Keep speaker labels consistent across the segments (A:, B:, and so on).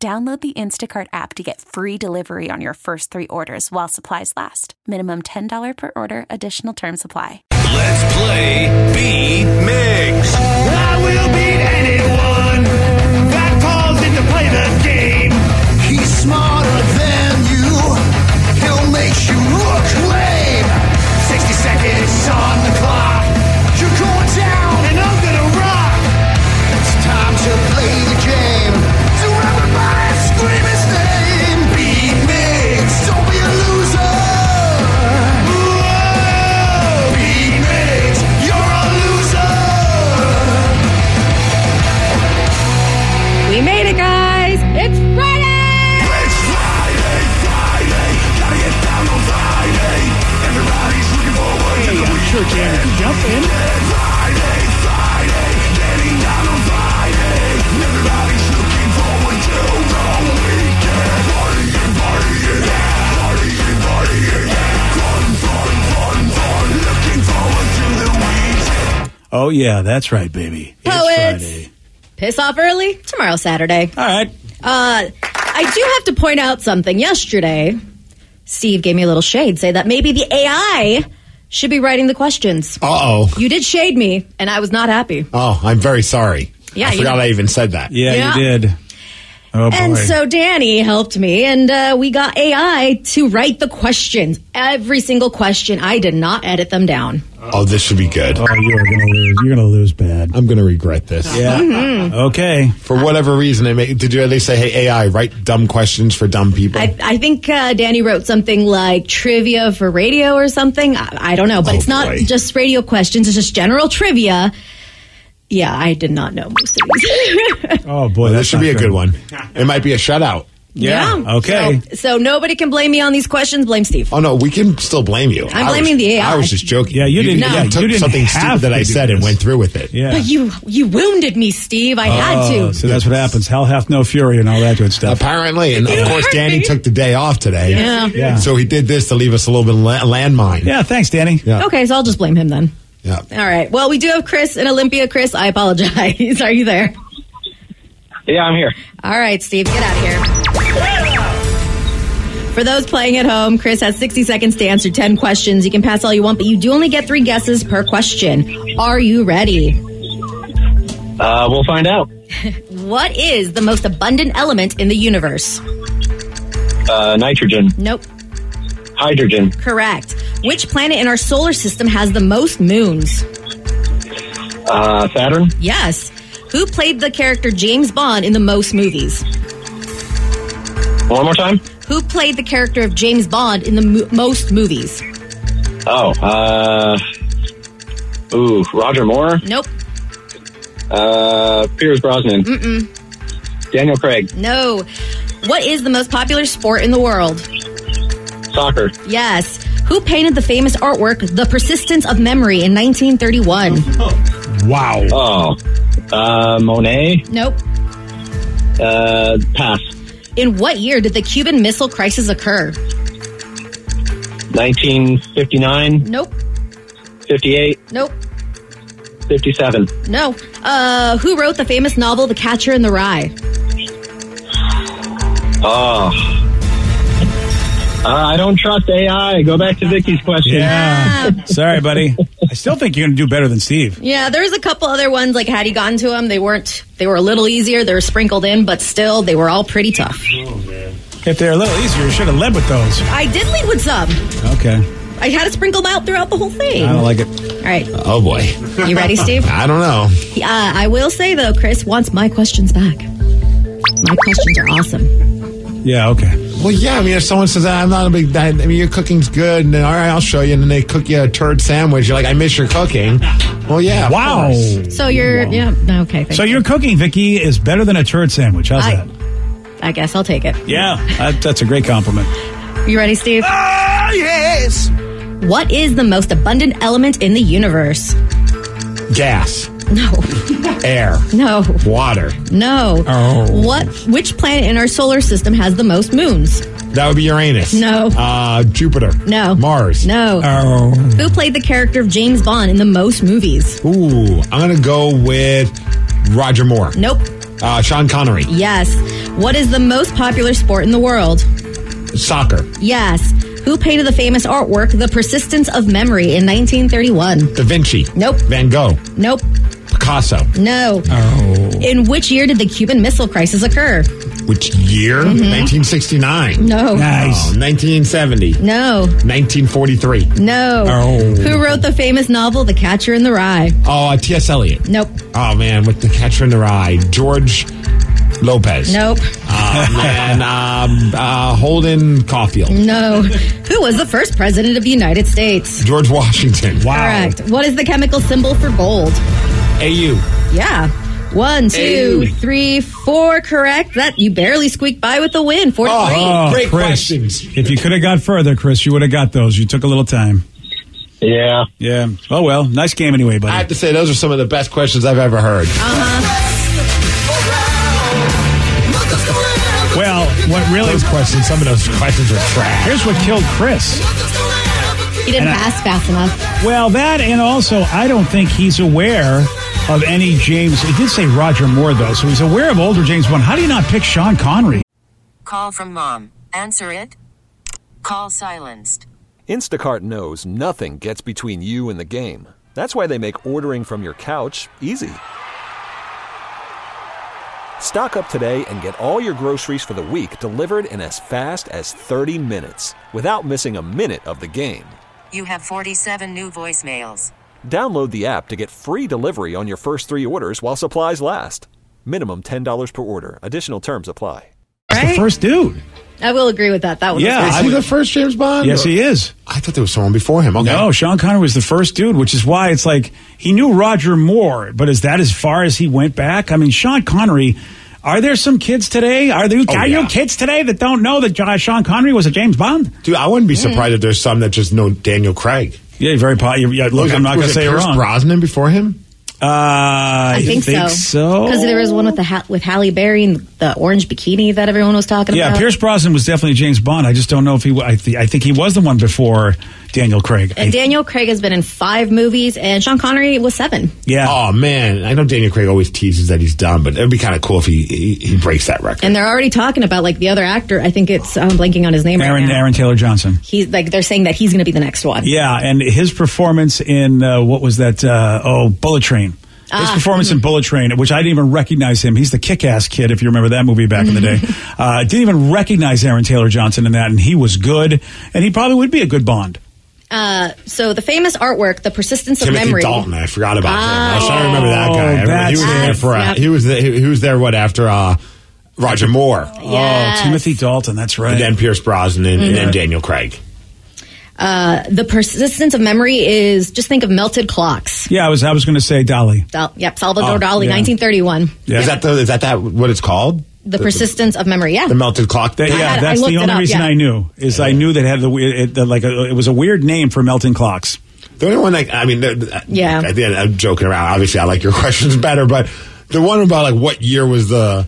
A: Download the Instacart app to get free delivery on your first three orders while supplies last. Minimum $10 per order, additional term supply.
B: Let's play B Migs. I will beat anyone that calls in to play the game. He's smarter than you. He'll make you look lame. 60 seconds on the clock. You're going down and I'm gonna rock. It's time to play the game. So everybody scream his name. B Migs. Don't be a loser. Whoa. B Migs. You're a loser.
C: We made it, guys! It's Friday!
D: Sure can. Jump in. Oh yeah, that's right, baby. It's
C: Poets.
D: Friday.
C: Piss off early. Tomorrow, Saturday.
D: All right.
C: Uh, I do have to point out something. Yesterday, Steve gave me a little shade, say that maybe the AI should be writing the questions.
E: Uh oh.
C: You did shade me, and I was not happy.
E: Oh, I'm very sorry.
C: Yeah,
E: I
C: you
E: forgot
C: know-
E: I even said that.
D: Yeah,
C: Yeah.
D: you did. Oh boy.
C: And so Danny helped me, and uh, we got AI to write the questions. Every single question. I did not edit them down.
E: Oh, this should be good.
D: oh, you are gonna lose. You're gonna lose bad.
E: I'm going to regret this.
D: Yeah. Okay.
E: For whatever reason, it may, did you at least say, hey, AI, write dumb questions for dumb people?
C: I, I think uh, Danny wrote something like trivia for radio or something. I, I don't know, but
E: Oh,
C: it's not
E: boy.
C: just radio questions. It's just general trivia. Yeah, I did not know most of these.
D: Oh boy,
E: Well,
D: that's
E: this should
D: not
E: be a good one. It might be a shutout.
D: Yeah. Okay.
C: So, so nobody can blame me on these questions. Blame Steve.
E: Oh, no, we can still blame you.
C: I'm
E: I
C: blaming
E: was,
C: the AI.
E: I was just joking.
D: Yeah, you didn't-
C: No. yeah, you
E: took
D: didn't
E: something
D: have
E: stupid that
D: to
E: I
D: do
E: said and
D: this.
E: went through with it.
D: Yeah.
C: But you you wounded me, Steve. I had
D: Oh,
C: to.
D: so that's what happens. Hell hath no fury and all that good stuff.
E: Apparently, and
C: You
E: of course,
C: hurt
E: Danny
C: me.
E: took the day off today.
C: Yeah.
D: Yeah.
E: So he did this to leave us a little bit of la- landmine.
D: Yeah. Thanks, Danny.
E: Yeah.
C: Okay, so I'll just blame him then.
E: Yeah.
C: All right. Well, we do have Chris and Olympia. Chris, I apologize. Are you there?
F: Yeah, I'm here.
C: All right, Steve, get out of here. For those playing at home, Chris has 60 seconds to answer 10 questions. You can pass all you want, but you do only get three guesses per question. Are you ready?
F: Uh, we'll find out.
C: What is the most abundant element in the universe?
F: Uh, nitrogen,
C: Nope.
F: hydrogen,
C: Correct. Which planet in our solar system has the most moons?
F: uh, Saturn,
C: Yes. Who played the character James Bond in the most movies?
F: one more time.
C: Who played the character of James Bond in the mo- most movies?
F: Oh, uh, ooh, Roger Moore,
C: Nope.
F: uh, Pierce Brosnan, Mm-mm. Daniel Craig,
C: No. What is the most popular sport in the world?
F: soccer,
C: Yes. Who painted the famous artwork The Persistence of Memory in 1931?
D: Wow.
F: oh, uh, Monet,
C: Nope.
F: uh, pass,
C: In what year did the Cuban Missile Crisis occur?
F: 1959,
C: Nope.
F: 58,
C: Nope.
F: 57,
C: No. Uh, who wrote the famous novel The Catcher in the Rye?
F: oh. Uh, I don't trust AI. Go back to Vicky's question.
D: Yeah. Sorry, buddy. I still think you're going to do better than Steve.
C: Yeah, there's a couple other ones like had he gotten to them, they weren't. They were a little easier. They were sprinkled in, but still, they were all pretty tough.
D: If they're a little easier, you should have led with those.
C: I did lead with some.
D: Okay.
C: I had to sprinkle them out throughout the whole thing.
D: I don't
C: All
D: like it.
C: right,
E: Oh, boy.
C: you ready, Steve?
E: I don't know.
C: Uh, I will say though, Chris wants my questions back. My questions are awesome.
D: Yeah. Okay.
E: Well, yeah. I mean, if someone says, "Ah, "I'm not a big," I mean, your cooking's good, and then all right, I'll show you, and then they cook you a turd sandwich, you're like, "I miss your cooking." Well, yeah. of
D: Wow.
E: course.
C: So you're yeah okay. Thank
D: So
C: you.
D: your cooking, Vicky, is better than a turd sandwich. How's
C: I,
D: that?
C: I guess I'll take it.
D: Yeah, that, that's a great compliment.
C: You ready, Steve?
B: Ah, yes.
C: What is the most abundant element in the universe?
E: Gas,
C: No,
E: air,
C: no,
E: water.
C: no.
E: Oh.
C: What? Which planet in our solar system has the most moons?
E: That would be Uranus.
C: No.
E: Uh, Jupiter.
C: No.
E: Mars.
C: No.
D: Uh.
E: Oh.
C: Who played the character of James Bond in the most movies?
E: Ooh, I'm gonna go with Roger Moore.
C: Nope.
E: Uh, Sean Connery.
C: Yes. What is the most popular sport in the world?
E: Soccer.
C: Yes. Who painted the famous artwork The Persistence of Memory in 1931?
E: Da Vinci.
C: Nope.
E: Van Gogh.
C: Nope.
E: Picasso.
C: No.
D: Uh.
E: Oh.
C: In which year did the Cuban Missile Crisis occur?
E: Which year? 1969.
C: Mm-hmm. No.
E: Oh,
D: Nice.
E: 1970.
C: No.
E: 1943.
C: No.
E: Oh.
C: Who wrote the famous novel The Catcher in the Rye?
E: Oh, uh, T.S. Eliot.
C: Nope.
E: Oh, man, with the catcher in the rye. George Lopez.
C: Nope.
E: Oh, man. um, uh, Holden Caulfield.
C: No. Who was the first president of the United States?
E: George Washington. Wow.
C: Correct. What is the chemical symbol for gold?
E: AU.
C: Yeah. One, two,
E: Hey.
C: three, four. Correct. That you barely squeaked by with the win. Four to three.
E: Oh,
D: Oh,
E: great
D: Chris.
E: questions.
D: If you could have got further, Chris, you would have got those. You took a little time.
F: Yeah.
D: Yeah. Oh well. Nice game anyway, buddy.
E: I have to say, those are some of the best questions I've ever heard.
D: well, what really
E: Those questions, some of those questions are trash.
D: here's what killed Chris.
C: He didn't pass fast enough.
D: Well, that and also I don't think he's aware of any James. It did say Roger Moore though, so he's aware of older James Bond. How do you not pick Sean Connery?
G: Call from mom. Answer it. Call silenced.
H: Instacart knows nothing gets between you and the game. That's why they make ordering from your couch easy. Stock up today and get all your groceries for the week delivered in as fast as 30 minutes without missing a minute of the game.
G: You have 47 new voicemails.
H: Download the app to get free delivery on your first three orders while supplies last. Minimum $10 per order. Additional terms apply.
D: That's
C: Right?
D: the first dude.
C: I will agree with that. That one.
D: Yeah,
C: Was
E: Is
D: I
E: he
D: would-
E: the first James Bond?
D: Yes, he is.
E: I thought there was someone before him. Okay.
D: No, Sean Connery was the first dude, which is why it's like he knew Roger Moore, but is that as far as he went back? I mean, Sean Connery. Are there some kids today? Are there are
E: yeah.
D: you kids today that don't know that Jo- uh, Sean Connery was a James Bond?
E: Dude, I wouldn't be surprised if there's some that just know Daniel Craig.
D: Yeah, very popular. Yeah, look,
E: Was
D: I'm
E: it-
D: not going
E: was
D: to
E: it
D: say you're
E: Pierce
D: wrong.
E: Brosnan before him?
D: Uh, I,
C: I think, so. Because there was one with the ha- with Halle Berry and the orange bikini that everyone was talking
D: Yeah,
C: about.
D: Pierce Brosnan was definitely James Bond. I just don't know if he. wa- I, th- I think he was the one before Daniel Craig. I-
C: And Daniel Craig has been in five movies, and Sean Connery was seven.
D: yeah.
E: Oh, man. I know Daniel Craig always teases that he's dumb, but it would be kind of cool if he, he, he breaks that record.
C: And they're already talking about like the other actor. I think it's I'm blanking on his name
D: Aaron
C: right now.
D: Aaron Taylor Johnson.
C: He's like they're saying that he's going to be the next one.
D: Yeah, and his performance in uh, what was that? Uh, oh, Bullet Train.
C: Ah.
D: His performance in Bullet Train, which I didn't even recognize him. He's the kick-ass kid, if you remember that movie back in the day.
C: Mm-hmm.
D: Uh, didn't even recognize Aaron Taylor Johnson in that, and he was good, and he probably would be a good Bond.
C: Uh, so the famous artwork, the persistence
E: Timothy
C: of memory.
E: Dalton, I forgot about him. I was
C: Oh.
E: trying to remember that guy. I remember he was
D: that's-
E: there for uh,
C: Yep.
E: he was there, he, he was there what after uh, Roger Moore,
C: Yes.
D: Oh, Timothy Dalton, that's right.
E: and then Pierce Brosnan, and,
C: Mm-hmm.
E: then Daniel Craig.
C: uh, The persistence of memory is just think of melted clocks.
D: yeah, I was I was going to say Dolly.
C: Dal- yep, Salvador
D: Oh,
C: Dali,
D: yeah.
C: 1931.
D: Yeah.
E: Is that the, is that that what it's called?
C: The, persistence of memory. Yeah.
E: the melted clock
D: That-
E: thing.
D: yeah,
C: had- I
D: that's
C: looked
D: the
C: it
D: only
C: up,
D: reason
C: yeah.
D: I knew is I knew that it had the, we- it, the like a, it was a weird name for melting clocks.
E: The only one like I mean, the- the-
C: Yeah.
E: I, think- I'm joking around. Obviously, I like your questions better, but the one about like what year was the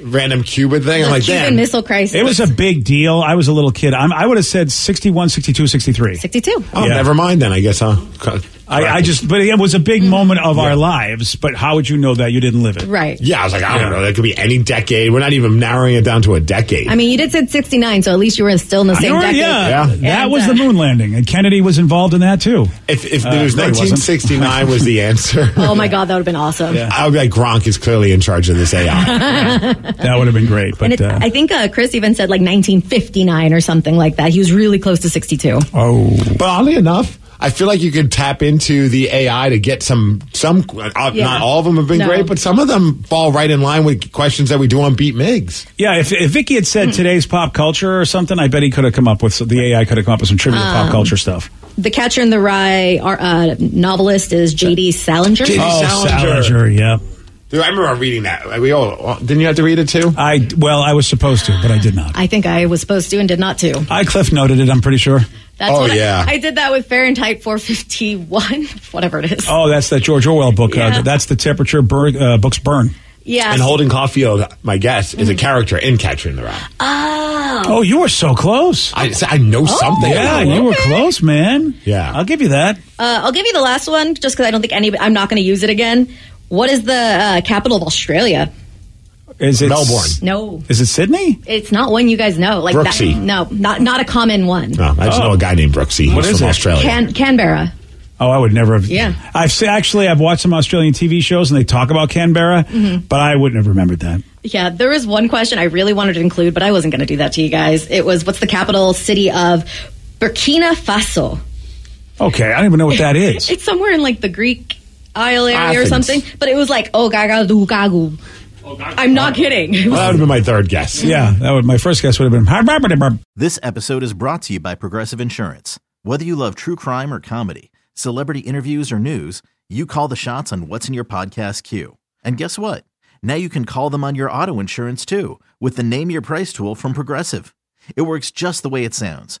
E: random Cuba thing?
C: The
E: I'm like,
C: Cuban
E: damn.
C: Missile Crisis.
D: It was a big deal. I was a little kid. I'm, I would have said 61, 62, 63.
C: 62.
E: Oh,
D: Yeah.
E: never mind then. I guess, huh? Co-
D: I, I just, but it was a big moment of our lives. But how would you know that you didn't live it?
C: Right.
E: yeah. I was like, I don't know. That could be any decade. We're not even narrowing it down to a decade.
C: I mean, you did said 69, so at least you were still in the
D: You
C: same
D: were-
C: decade.
D: yeah,
E: Yeah.
D: that
C: And,
D: was the
C: uh,
D: moon landing, and Kennedy was involved in that too.
E: if if
D: Uh,
E: there was
D: no, he wasn't.
E: 1969 was the answer,
C: Oh my God, that would have been awesome.
D: Yeah.
E: I would be like, Gronk is clearly in charge of this AI.
D: That would have been great.
C: And
D: But
C: it,
D: uh,
C: I think uh, Chris even said like 1959 or something like that. He was really close to 62.
D: oh,
E: but oddly enough. I feel like you could tap into the AI to get some some. Uh,
C: Yeah.
E: Not all of them have been
C: No.
E: great, but some of them fall right in line with questions that we do on Beat Migs.
D: yeah. If, if Vicky had
C: Hmm.
D: said today's pop culture or something, I bet he could have come up with some- the AI could have come up with some trivia to
C: Oh.
D: pop culture stuff.
C: The Catcher in the Rye our, uh, novelist is J.D. Salinger.
E: J.D.
D: Oh,
E: Salinger.
D: Salinger, yeah.
E: Dude, I remember reading that. We all didn't you have to read it too?
D: I well, I was supposed to, but I did not.
C: I think I was supposed to and did not to.
D: I cliff noted it. I'm pretty sure.
C: That's
E: Oh,
C: what I-
E: yeah.
C: I, did that with Fahrenheit 451, whatever it is.
D: Oh, that's that George Orwell book.
C: Yeah.
D: Uh, that's the temperature burn, uh, books burn.
C: yeah.
E: And Holden Caulfield, my guess,
C: Mm-hmm.
E: is a character in Catcher in the Rye.
D: Oh, you were so close.
C: Oh.
E: I, I know something.
D: yeah, you were close, man.
E: Oh, Yeah.
D: I'll give you that.
C: Uh, I'll give you the last one just because I don't think any. I'm not going to use it again. What is the uh, capital of Australia?
D: Is it
E: Melbourne.
C: No,
D: Is it Sydney?
C: it's not one you guys know. Like
E: Brooksy. Oh.
C: that. No, not not a common one.
E: No, I just know a guy named Brooksy. He's
D: Oh. What is
E: from
D: it?
E: Australia.
C: Can- Canberra.
D: Oh, I would never have.
C: Yeah.
D: I've se- actually I've watched some Australian TV shows and they talk about Canberra, but I wouldn't have remembered that.
C: Yeah, there was one question I really wanted to include, but I wasn't going to do that to you guys. It was what's the capital city of Burkina Faso?
D: Okay, I don't even know what that is.
C: It's somewhere in like the Greek Isle area or
E: Athens.
C: something. But it was like oh gaga do gagu. I'm not kidding. It was
E: Well, that would have been my third guess.
D: yeah, that would my first guess would have been.
I: This episode is brought to you by Progressive Insurance. Whether you love true crime or comedy, celebrity interviews or news, you call the shots on what's in your podcast queue. And guess what? Now you can call them on your auto insurance too with the Name Your Price tool from Progressive. It works just the way it sounds.